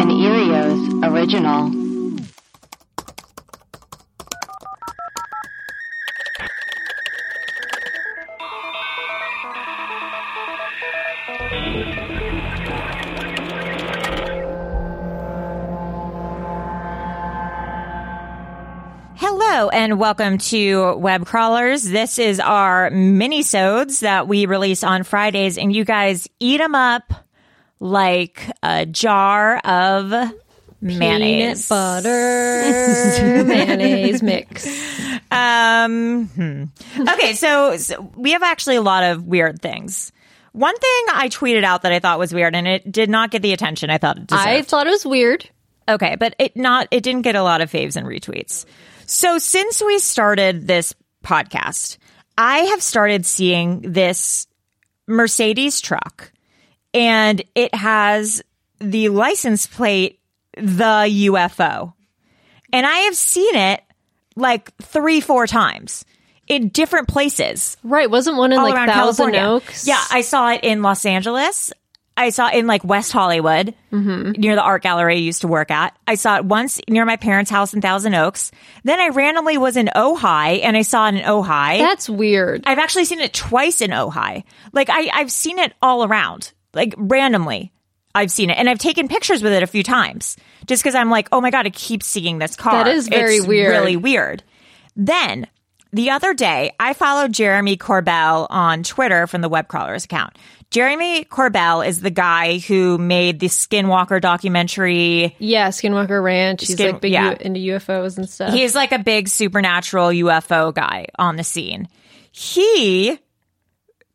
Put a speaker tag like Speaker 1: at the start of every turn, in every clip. Speaker 1: An Erios original.
Speaker 2: Hello and welcome to Web Crawlers. This is our mini-sodes that we release on Fridays and you guys eat them up like a jar of mayonnaise.
Speaker 3: Peanut butter mayonnaise mix.
Speaker 2: Um, hmm. Okay, so, so we have actually a lot of weird things. One thing I tweeted out that I thought was weird and it did not get the attention I thought it deserved.
Speaker 3: I thought it was weird.
Speaker 2: Okay, but it not it didn't get a lot of faves and retweets. So since we started this podcast, I have started seeing this Mercedes truck and it has the license plate the UFO. And I have seen it like 3 4 times in different places
Speaker 3: Right, wasn't one in
Speaker 2: all
Speaker 3: like
Speaker 2: around
Speaker 3: Thousand
Speaker 2: California.
Speaker 3: Oaks?
Speaker 2: Yeah, I saw it in Los Angeles. I saw it in like West Hollywood
Speaker 3: Mm-hmm.
Speaker 2: near the art gallery I used to work at. I saw it once near my parents' house in Thousand Oaks. Then I randomly was in Ojai and I saw it in Ojai.
Speaker 3: That's weird.
Speaker 2: I've actually seen it twice in Ojai. Like I, I've seen it all around, like randomly. I've seen it and I've taken pictures with it a few times just because I'm like, oh my God, I keep seeing this car.
Speaker 3: That is very
Speaker 2: It's
Speaker 3: weird.
Speaker 2: Really weird. Then the other day, I followed Jeremy Corbell on Twitter from the Web Crawlers account. Jeremy Corbell is the guy who made the Skinwalker documentary.
Speaker 3: yeah, Skinwalker Ranch. He's
Speaker 2: Skin-
Speaker 3: like big
Speaker 2: yeah.
Speaker 3: U- into UFOs and stuff.
Speaker 2: He's like a big supernatural UFO guy on the scene. He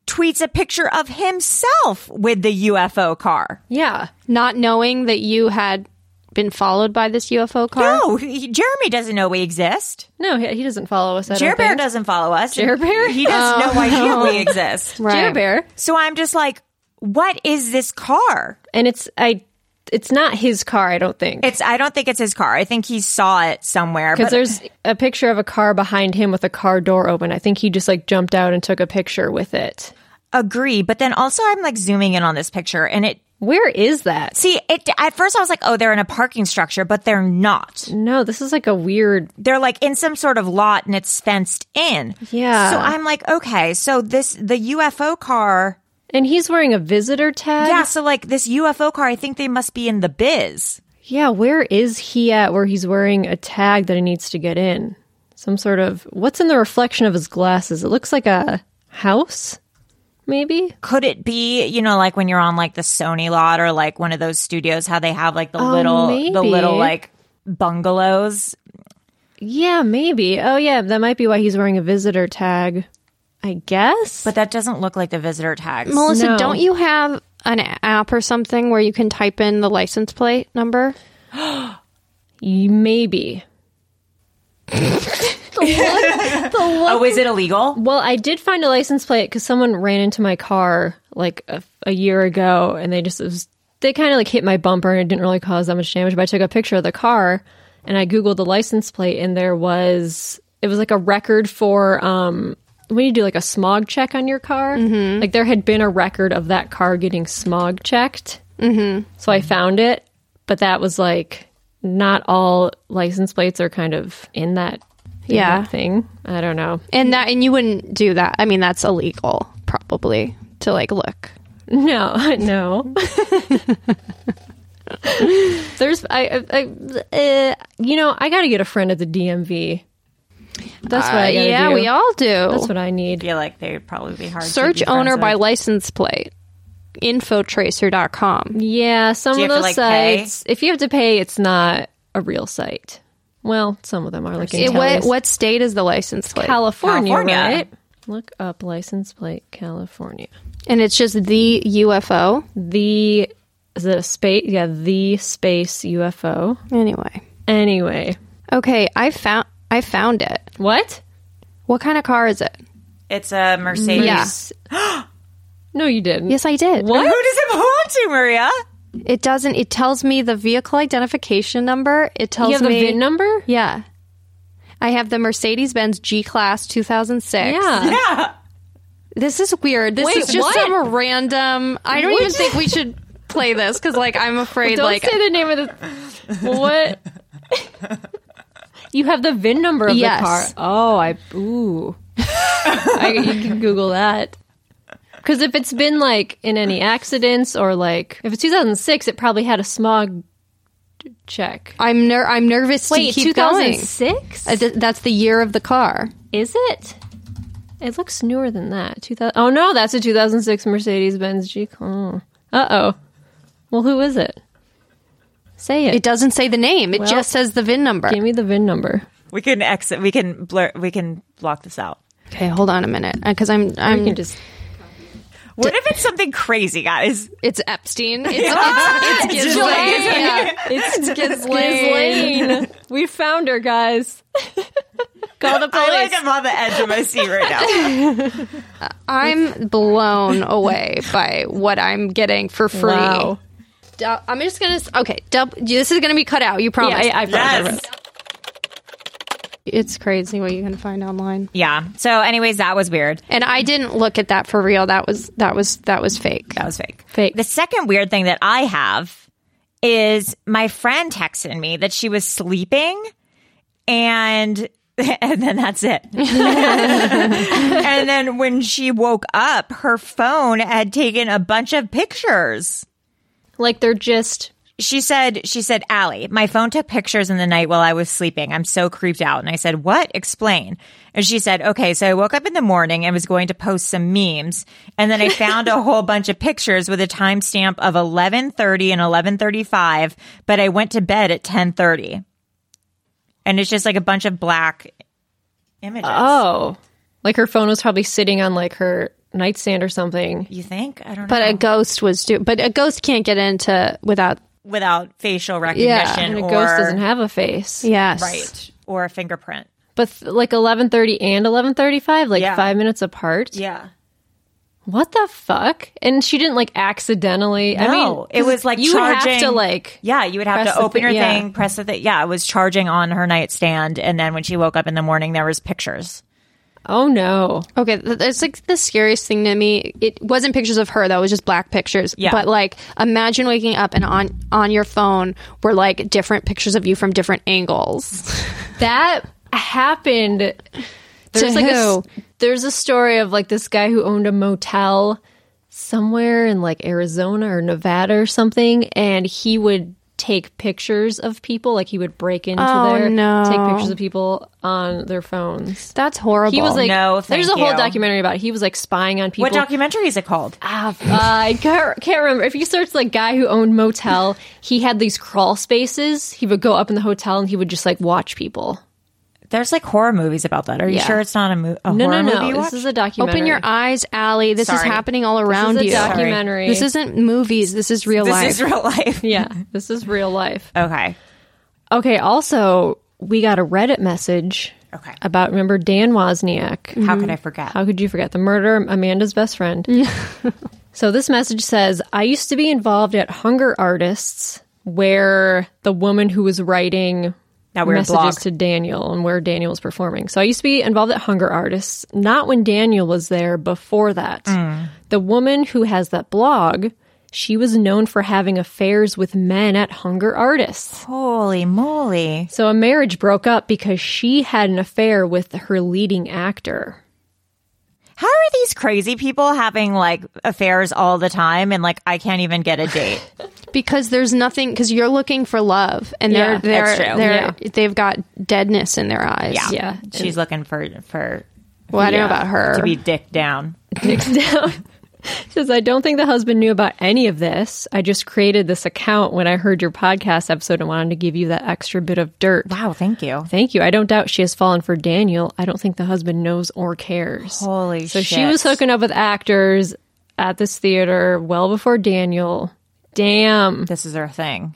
Speaker 2: tweets a picture of himself with the UFO car.
Speaker 3: yeah, not knowing that you had been followed by this UFO car.
Speaker 2: No, he, Jeremy doesn't know we exist.
Speaker 3: No, he, he doesn't follow us. I
Speaker 2: Jer
Speaker 3: don't
Speaker 2: Bear
Speaker 3: think.
Speaker 2: doesn't follow us.
Speaker 3: Jer Bear? Oh,
Speaker 2: He doesn't know why can't we exist.
Speaker 3: Right. Jer Bear.
Speaker 2: So I'm just like, what is this car?
Speaker 3: and it's I. It's not his car. I don't think.
Speaker 2: It's I don't think it's his car. I think he saw it somewhere.
Speaker 3: because
Speaker 2: But
Speaker 3: there's a picture of a car behind him with a car door open. I think he just like jumped out and took a picture with it.
Speaker 2: agree. But then also I'm like zooming in on this picture and it
Speaker 3: Where is that?
Speaker 2: see it at first I was like, oh, they're in a parking structure, but they're not.
Speaker 3: No, this is like a weird.
Speaker 2: they're like in some sort of lot and it's fenced in.
Speaker 3: Yeah.
Speaker 2: So I'm like, okay, so this the UFO car.
Speaker 3: And he's wearing a visitor tag.
Speaker 2: Yeah, so like this UFO car, I think they must be in the biz.
Speaker 3: Yeah, where is he at where he's wearing a tag that he needs to get in? Some sort of what's in the reflection of his glasses? It looks like a house, maybe?
Speaker 2: Could it be, you know, like when you're on like the Sony lot or like one of those studios how they have like the
Speaker 3: Oh,
Speaker 2: little the
Speaker 3: maybe.
Speaker 2: little like bungalows
Speaker 3: Yeah, maybe. Oh, yeah, that might be why he's wearing a visitor tag. I guess.
Speaker 2: But that doesn't look like the visitor tags.
Speaker 4: Melissa,
Speaker 3: No.
Speaker 4: don't you have an app or something where you can type in the license plate number?
Speaker 3: Y- maybe.
Speaker 2: oh, is it illegal?
Speaker 3: Well, I did find a license plate because someone ran into my car like a, a year ago, and they just it was, they kind of like hit my bumper, and it didn't really cause that much damage. But I took a picture of the car, and I googled the license plate, and there was it was like a record for um when you do like a smog check on your car, like there had been a record of that car getting smog checked. Mm-hmm. So I found it, but that was like not all license plates are kind of in that. in
Speaker 4: Yeah.
Speaker 3: that thing. I don't know.
Speaker 4: And that and you wouldn't do that. I mean, that's illegal probably to like look.
Speaker 3: No, no. There's I, I, I uh, you know I got to get a friend at the DMV. That's what I gotta
Speaker 4: Uh, yeah,
Speaker 3: do.
Speaker 4: we all Oh. do.
Speaker 3: That's what I need.
Speaker 2: I feel like they'd probably be hard. to be
Speaker 4: Search
Speaker 2: friends
Speaker 4: owner by
Speaker 2: with.
Speaker 4: license plate. Infotracer.com.
Speaker 3: Yeah, some
Speaker 2: Do you
Speaker 3: of
Speaker 2: have to,
Speaker 3: those
Speaker 2: like, pay?
Speaker 3: sites. If you have to pay, it's not a real site. Well, some of them are like in
Speaker 4: It, what
Speaker 3: Cali's-
Speaker 4: what state is the license plate?
Speaker 3: California,
Speaker 2: California.
Speaker 3: right? Look up license plate California.
Speaker 4: and it's just the UFO.
Speaker 3: The is it a space? Yeah, the space UFO.
Speaker 4: Anyway.
Speaker 3: Anyway,
Speaker 4: Okay, I found I found it.
Speaker 3: what?
Speaker 4: What kind of car is it?
Speaker 2: It's a Mercedes.
Speaker 4: Yeah.
Speaker 3: No, you didn't.
Speaker 4: Yes, I did.
Speaker 2: Who does it belong to, Maria?
Speaker 4: It doesn't. It tells me the vehicle identification number. It tells
Speaker 3: You have the
Speaker 4: me
Speaker 3: VIN number?
Speaker 4: Yeah, I have the Mercedes Benz G Class 2006.
Speaker 3: yeah.
Speaker 4: this is weird. This
Speaker 3: Wait,
Speaker 4: is just
Speaker 3: what?
Speaker 4: some random. I don't even think we should play this because, like, I'm afraid.
Speaker 3: Don't
Speaker 4: like,
Speaker 3: say the name of the. what? you have the VIN number of
Speaker 4: Yes.
Speaker 3: the car. Oh, I. Ooh. I, you can Google that. Because if it's been like in any accidents or like if it's 2006, it probably had a smog check.
Speaker 4: I'm ner- I'm nervous to keep going. Uh,
Speaker 3: 2006?
Speaker 4: th- that's the year of the car.
Speaker 3: Is it? It looks newer than that. 2000. Oh no, that's a 2006 Mercedes Benz G. Oh. Uh oh. Well, who is it? Say it.
Speaker 4: It doesn't say the name. It just says the VIN number.
Speaker 3: Give me the VIN number.
Speaker 2: We can exit. We can blur. We can block this out.
Speaker 4: Okay, hold on a minute because I'm I'm
Speaker 3: You can just
Speaker 2: What if it's something crazy, guys?
Speaker 4: It's Epstein. It's, it's, it's Ghislaine. Yeah. It's Ghislaine.
Speaker 3: Ghislaine. we found her, guys. Call the
Speaker 2: I like
Speaker 3: police.
Speaker 2: I'm on the edge of my seat right now.
Speaker 4: I'm blown away by what I'm getting for free.
Speaker 3: Wow.
Speaker 4: Du- I'm just gonna s- okay. Dub, this is gonna be cut out. You
Speaker 3: Yeah,
Speaker 4: promise?
Speaker 3: I, I
Speaker 2: Yes.
Speaker 4: it's crazy what you can find online.
Speaker 2: Yeah. So, anyways, that was weird.
Speaker 4: And I didn't look at that for real. That was that was that was fake.
Speaker 2: That was fake.
Speaker 3: Fake.
Speaker 2: The second weird thing that I have is my friend texted me that she was sleeping and and then that's it. and then when she woke up, her phone had taken a bunch of pictures.
Speaker 3: Like they're just.
Speaker 2: She said, she said, Allie, my phone took pictures in the night while I was sleeping. I'm so creeped out. And I said, what? Explain. And she said, okay, so I woke up in the morning and was going to post some memes. And then I found a whole bunch of pictures with a timestamp of 1130 and 1135, but I went to bed at 1030. And it's just like a bunch of black images.
Speaker 3: Oh, like her phone was probably sitting on like her nightstand or something.
Speaker 2: You think? I don't
Speaker 4: But
Speaker 2: know.
Speaker 4: a ghost was do. But a ghost can't get into without.
Speaker 2: Without facial recognition
Speaker 3: And a
Speaker 2: or
Speaker 3: ghost doesn't have a face.
Speaker 4: Yes.
Speaker 2: right or a fingerprint.
Speaker 3: But th- like 11:30 and 11:35, like
Speaker 2: Yeah.
Speaker 3: 5 minutes apart.
Speaker 2: Yeah.
Speaker 3: What the fuck? And she didn't like accidentally. I
Speaker 2: No,
Speaker 3: mean,
Speaker 2: it was like
Speaker 3: you would have
Speaker 2: charging-
Speaker 3: to like
Speaker 2: Yeah, you would have
Speaker 3: press
Speaker 2: to
Speaker 3: the
Speaker 2: open
Speaker 3: thi-
Speaker 2: your
Speaker 3: yeah.
Speaker 2: thing, press the thing. Yeah, it was charging on her nightstand, and then when she woke up in the morning, there was pictures.
Speaker 3: Oh no.
Speaker 4: Okay, th- that's like the scariest thing to me. It wasn't pictures of her though; it was just black pictures.
Speaker 2: Yeah.
Speaker 4: But like, imagine waking up and on on your phone were like different pictures of you from different angles.
Speaker 3: That happened. There's like
Speaker 4: who?
Speaker 3: a there's a story of like this guy who owned a motel somewhere in like Arizona or Nevada or something, and he would take pictures of people. Like he would break into
Speaker 4: Oh,
Speaker 3: their
Speaker 4: no.
Speaker 3: take pictures of people on their phones.
Speaker 4: That's horrible.
Speaker 3: He was like,
Speaker 2: No, thank
Speaker 3: there's a whole
Speaker 2: you.
Speaker 3: documentary about it. He was like spying on people.
Speaker 2: What Ah, documentary is it called?
Speaker 3: Uh, I can't, can't remember. If you search like guy who owned motel, he had these crawl spaces. He would go up in the hotel and he would just like watch people.
Speaker 2: There's like horror movies about that. Are you
Speaker 4: Yeah.
Speaker 2: sure it's not a, mo- a
Speaker 3: No, no,
Speaker 2: horror movie?
Speaker 3: no.
Speaker 2: you
Speaker 3: This
Speaker 2: watched?
Speaker 3: is a documentary.
Speaker 4: Open your eyes, Allie. This is
Speaker 2: Sorry.
Speaker 4: happening all around
Speaker 3: This is
Speaker 4: you.
Speaker 3: a documentary.
Speaker 4: This isn't movies. This is real
Speaker 2: this
Speaker 4: life.
Speaker 2: is real life.
Speaker 3: yeah. This is real life.
Speaker 2: Okay.
Speaker 3: Okay. Also, we got a Reddit message
Speaker 2: Okay.
Speaker 3: about remember Dan Wozniak.
Speaker 2: How could I forget?
Speaker 3: Mm-hmm. How could you forget the murder of Amanda's best friend? so this message says, I used to be involved at Hunger Artists where the woman who was writing
Speaker 2: That weird
Speaker 3: messages
Speaker 2: blog.
Speaker 3: to Daniel and where Daniel was performing. So I used to be involved at Hunger Artists, not when Daniel was there, before that.
Speaker 2: Mm.
Speaker 3: The woman who has that blog, she was known for having affairs with men at Hunger Artists.
Speaker 2: Holy moly.
Speaker 3: So a marriage broke up because she had an affair with her leading actor.
Speaker 2: How are these crazy people having like affairs all the time and like I can't even get a date?
Speaker 4: because there's nothing because you're looking for love and
Speaker 3: Yeah,
Speaker 4: they're
Speaker 2: that's
Speaker 4: they're
Speaker 2: true.
Speaker 4: they're they've got deadness in their eyes.
Speaker 2: Yeah.
Speaker 3: Yeah. Er.
Speaker 2: She's looking for for
Speaker 4: Well, I don't know about her.
Speaker 2: to be dick down.
Speaker 3: Nick's down. Says, I don't think the husband knew about any of this. I just created this account when I heard your podcast episode and wanted to give you that extra bit of dirt.
Speaker 2: Wow, thank you.
Speaker 3: Thank you. I don't doubt she has fallen for Daniel. I don't think the husband knows or cares.
Speaker 2: Holy
Speaker 3: so
Speaker 2: shit.
Speaker 3: she was hooking up with actors at this theater well before Daniel. Damn.
Speaker 2: This is her thing.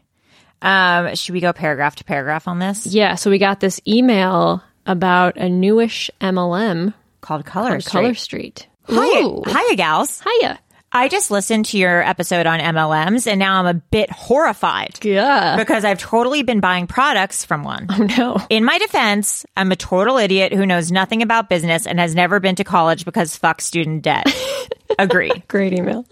Speaker 2: Um, should we go paragraph to paragraph on this?
Speaker 3: Yeah, so we got this email about a newish MLM,
Speaker 2: Called Color Street.
Speaker 3: Color Street.
Speaker 2: Hi, hiya, gals.
Speaker 3: Hiya.
Speaker 2: I just listened to your episode on MLMs and now I'm a bit horrified
Speaker 3: Yeah.
Speaker 2: because I've totally been buying products from one.
Speaker 3: Oh, no.
Speaker 2: In my defense, I'm a total idiot who knows nothing about business and has never been to college because fuck student debt. Agree.
Speaker 3: Great email.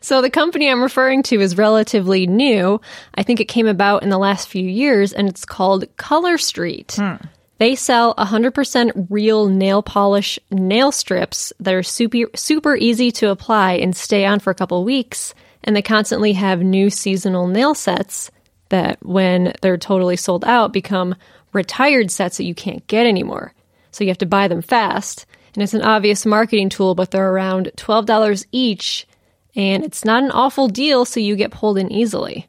Speaker 3: So the company I'm referring to is relatively new. I think it came about in the last few years and it's called Color Street. They sell 100% real nail polish nail strips that are super super easy to apply and stay on for a couple weeks and they constantly have new seasonal nail sets that when they're totally sold out become retired sets that you can't get anymore. So you have to buy them fast. And it's an obvious marketing tool, but they're around $12 each. And it's not an awful deal, so you get pulled in easily.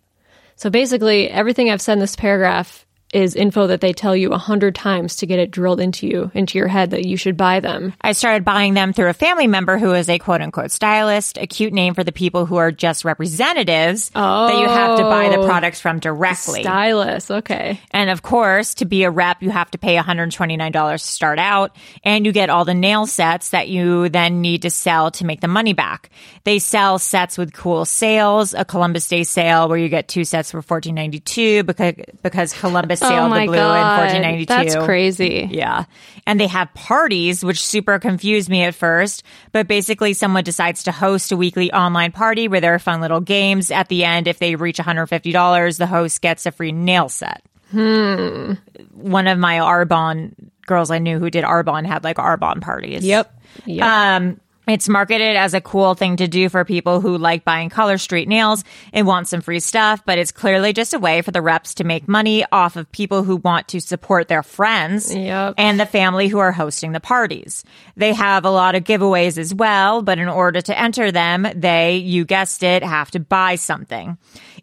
Speaker 3: So basically, everything I've said in this paragraph is info that they tell you a hundred times to get it drilled into you, into your head that you should buy them.
Speaker 2: I started buying them through a family member who is a quote unquote stylist, a cute name for the people who are just representatives that you have to buy
Speaker 3: Oh.
Speaker 2: the products from directly.
Speaker 3: Stylus, okay.
Speaker 2: And of course, to be a rep, you have to pay $129 to start out, and you get all the nail sets that you then need to sell to make the money back. They sell sets with cool sales, a Columbus Day sale where you get two sets for $14.92 because, because Columbus
Speaker 4: Oh
Speaker 2: sailed
Speaker 4: my
Speaker 2: the blue
Speaker 4: god,
Speaker 2: in $14.92.
Speaker 4: that's crazy.
Speaker 2: Yeah. And they have parties, which super confused me at first. But basically, someone decides to host a weekly online party where there are fun little games. At the end, if they reach $150, the host gets a free nail set. Hmm. One of my Arbonne girls I knew who did Arbonne had like Arbonne parties.
Speaker 3: Yep.
Speaker 2: Um, it's marketed as a cool thing to do for people who like buying color street nails and want some free stuff, but it's clearly just a way for the reps to make money off of people who want to support their friends
Speaker 3: Yep.
Speaker 2: and the family who are hosting the parties. They have a lot of giveaways as well, but in order to enter them, they, you guessed it, have to buy something.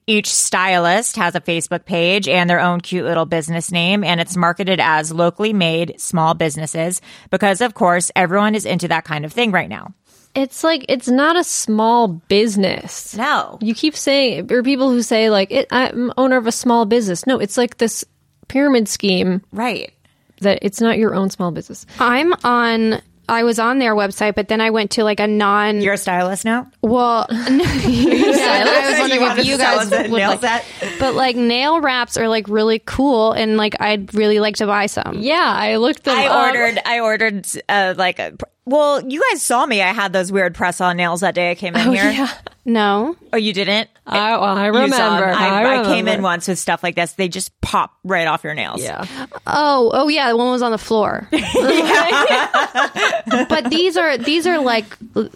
Speaker 2: Each stylist has a Facebook page and their own cute little business name, and it's marketed as locally made small businesses because, of course, everyone is into that kind of thing right now.
Speaker 3: it's like, it's not a small business.
Speaker 2: No.
Speaker 3: You keep saying, or people who say, like, it, I'm owner of a small business. No, it's like this pyramid scheme
Speaker 2: Right.
Speaker 3: that it's not your own small business.
Speaker 4: I'm on. I was on their website, but then I went to like a non.
Speaker 2: You're a stylist now?
Speaker 4: well, no, yeah, I was wondering
Speaker 2: wanted
Speaker 4: if you
Speaker 2: to sell
Speaker 4: guys
Speaker 2: us a
Speaker 4: would
Speaker 2: nail
Speaker 4: like,
Speaker 2: set?
Speaker 4: but like nail wraps are like really cool, and like I'd really like to buy some.
Speaker 3: Yeah, I looked them up.
Speaker 2: I ordered. I ordered uh, like a. Well, you guys saw me. I had those weird press-on nails that day I came in here.
Speaker 4: No,
Speaker 2: Oh, you didn't?
Speaker 3: Oh, I, well, I
Speaker 2: You
Speaker 3: remember.
Speaker 2: saw 'em. I, I came
Speaker 3: remember.
Speaker 2: in once with stuff like this. They just pop right off your nails.
Speaker 3: Yeah.
Speaker 4: Oh, oh yeah, the one was on the floor. but these are these are like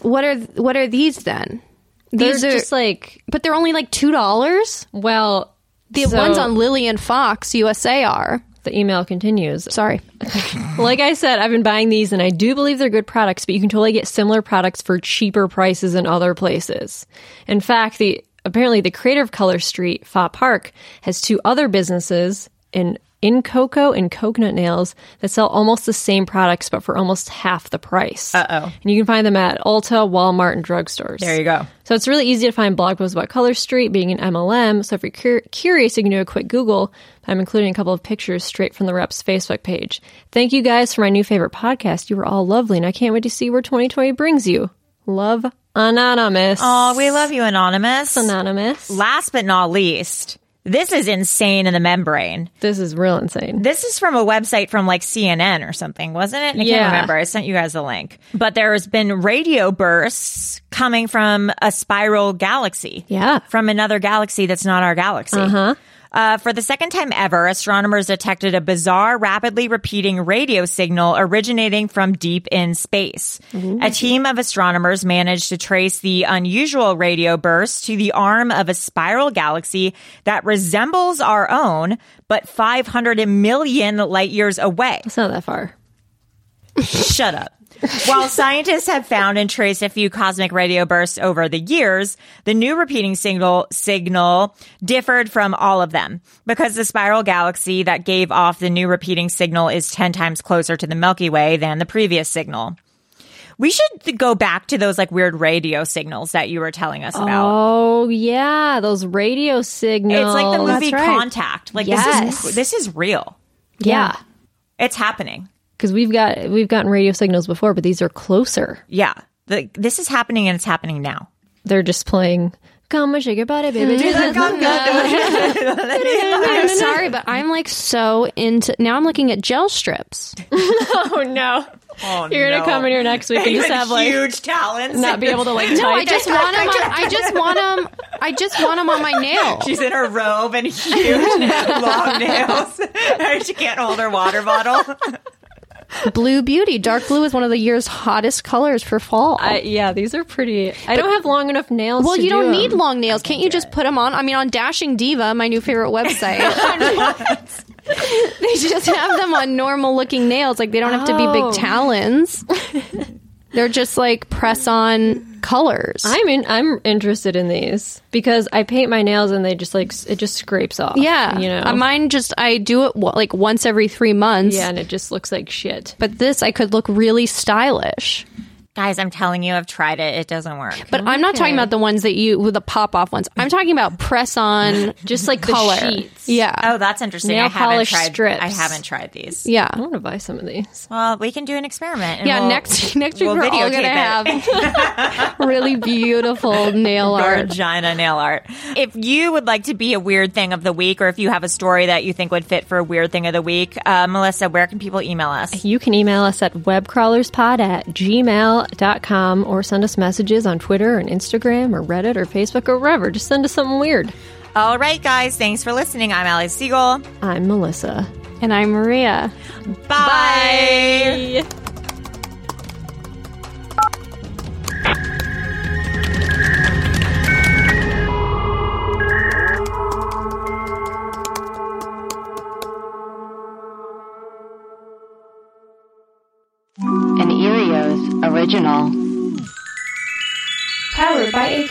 Speaker 4: what are what are these then? These
Speaker 3: They're
Speaker 4: are
Speaker 3: just like
Speaker 4: but they're only like two dollars.
Speaker 3: well,
Speaker 4: The
Speaker 3: so-
Speaker 4: ones on Lily and Fox USA are
Speaker 3: the email continues.
Speaker 4: sorry.
Speaker 3: Like I said, I've been buying these and I do believe they're good products, but you can totally get similar products for cheaper prices in other places. In fact, the apparently the creator of Color Street, Fa Park, has two other businesses in in cocoa and coconut nails that sell almost the same products but for almost half the price. Uh oh. And you can find them at Ulta, Walmart, and drugstores.
Speaker 2: There you go.
Speaker 3: So it's really easy to find blog posts about Color Street being an MLM. So if you're cur- curious, you can do a quick Google. I'm including a couple of pictures straight from the rep's Facebook page. Thank you guys for my new favorite podcast. You were all lovely, and I can't wait to see where 2020 brings you. Love Anonymous.
Speaker 2: Oh, we love you, Anonymous.
Speaker 3: Anonymous.
Speaker 2: Last but not least, this is insane in the membrane.
Speaker 3: This is real insane.
Speaker 2: This is from a website from like CNN or something, wasn't it? I
Speaker 3: Yeah.
Speaker 2: can't remember. I sent you guys the link. But there has been radio bursts coming from a spiral galaxy.
Speaker 3: Yeah.
Speaker 2: From another galaxy that's not our galaxy. Uh-huh. for the second time ever, astronomers detected a bizarre, rapidly repeating radio signal originating from deep in space. A team of astronomers managed to trace the unusual radio burst to the arm of a spiral galaxy that resembles our own, but 500 million light years away.
Speaker 3: It's not that far.
Speaker 2: Shut up. While scientists have found and traced a few cosmic radio bursts over the years, the new repeating signal signal differed from all of them because the spiral galaxy that gave off the new repeating signal is 10 times closer to the Milky Way than the previous signal. We should th- go back to those like weird radio signals that you were telling us about.
Speaker 3: Oh yeah, those radio signals.
Speaker 2: it's like the movie
Speaker 4: that's right.
Speaker 2: Contact. Like this
Speaker 3: Yes.
Speaker 2: is this is real.
Speaker 3: Yeah,
Speaker 2: It's happening.
Speaker 3: because we've got we've gotten radio signals before, but these are closer.
Speaker 2: Yeah. The, this is happening and it's happening now.
Speaker 3: They're just playing. Come and shake your body, baby.
Speaker 4: I'm sorry, but I'm like so into now. I'm looking at gel strips.
Speaker 3: oh no, you're gonna come in here next week and just have like
Speaker 2: huge talents.
Speaker 3: not be able to like.
Speaker 4: No,
Speaker 3: type.
Speaker 4: I just want them. On, I just want them. I just want them on my nail.
Speaker 2: She's in her robe and huge long nails. she can't hold her water bottle.
Speaker 4: Blue Beauty, dark blue is one of the year's hottest colors for fall.
Speaker 3: I- Uh, yeah, these are pretty. I don't have long enough nails.
Speaker 4: well,
Speaker 3: to
Speaker 4: you
Speaker 3: do
Speaker 4: don't
Speaker 3: 'em.
Speaker 4: need long nails. Can't you just put them on? I mean, on Dashing Diva, my new favorite website, they just have them on normal looking nails. Like, they don't have to be
Speaker 3: Oh.
Speaker 4: big talons. They're just like press on colors.
Speaker 3: I'm in, I'm interested in these because I paint my nails and they just like s- it just scrapes off.
Speaker 4: yeah.
Speaker 3: you know.
Speaker 4: Uh, Mine just, I do it wa- like once every three months.
Speaker 3: yeah, and it just looks like shit.
Speaker 4: But this, I could look really stylish.
Speaker 2: Guys, I'm telling you, I've tried it. It doesn't work.
Speaker 4: But I'm not talking about the ones that you, with the pop off ones. I'm talking about press on
Speaker 3: Just like
Speaker 4: color.
Speaker 3: the sheets.
Speaker 4: Yeah.
Speaker 2: Oh, that's interesting.
Speaker 3: Nail
Speaker 2: I haven't
Speaker 3: polish
Speaker 2: tried.
Speaker 3: strips.
Speaker 2: I haven't tried these.
Speaker 4: Yeah.
Speaker 3: I want to buy some of these.
Speaker 2: Well, we can do an experiment. and
Speaker 4: Yeah,
Speaker 2: we'll-
Speaker 4: next next week
Speaker 2: we'll
Speaker 4: we're all
Speaker 2: videotape
Speaker 4: gonna
Speaker 2: it.
Speaker 4: have really beautiful nail art.
Speaker 2: Vagina nail art. If you would like to be a weird thing of the week, or if you have a story that you think would fit for a weird thing of the week, uh, Melissa, where can people email us?
Speaker 3: You can email us at webcrawlerspod at gmail.com or send us messages on Twitter and Instagram or Reddit or Facebook or wherever. Just send us something weird.
Speaker 2: All right, guys, thanks for listening. I'm Allie Siegel.
Speaker 3: I'm Melissa.
Speaker 4: And I'm Maria.
Speaker 2: Bye.
Speaker 1: An Erios original.
Speaker 5: Powered by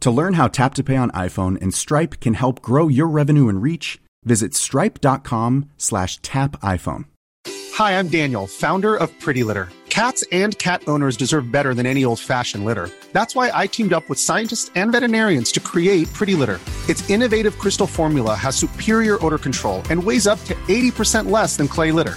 Speaker 6: To learn how Tap to Pay on iPhone and Stripe can help grow your revenue and reach, visit stripe.com slash tap iPhone.
Speaker 7: Hi, I'm Daniel, founder of Pretty Litter. Cats and cat owners deserve better than any old fashioned litter. That's why I teamed up with scientists and veterinarians to create Pretty Litter. Its innovative crystal formula has superior odor control and weighs up to 80% less than clay litter.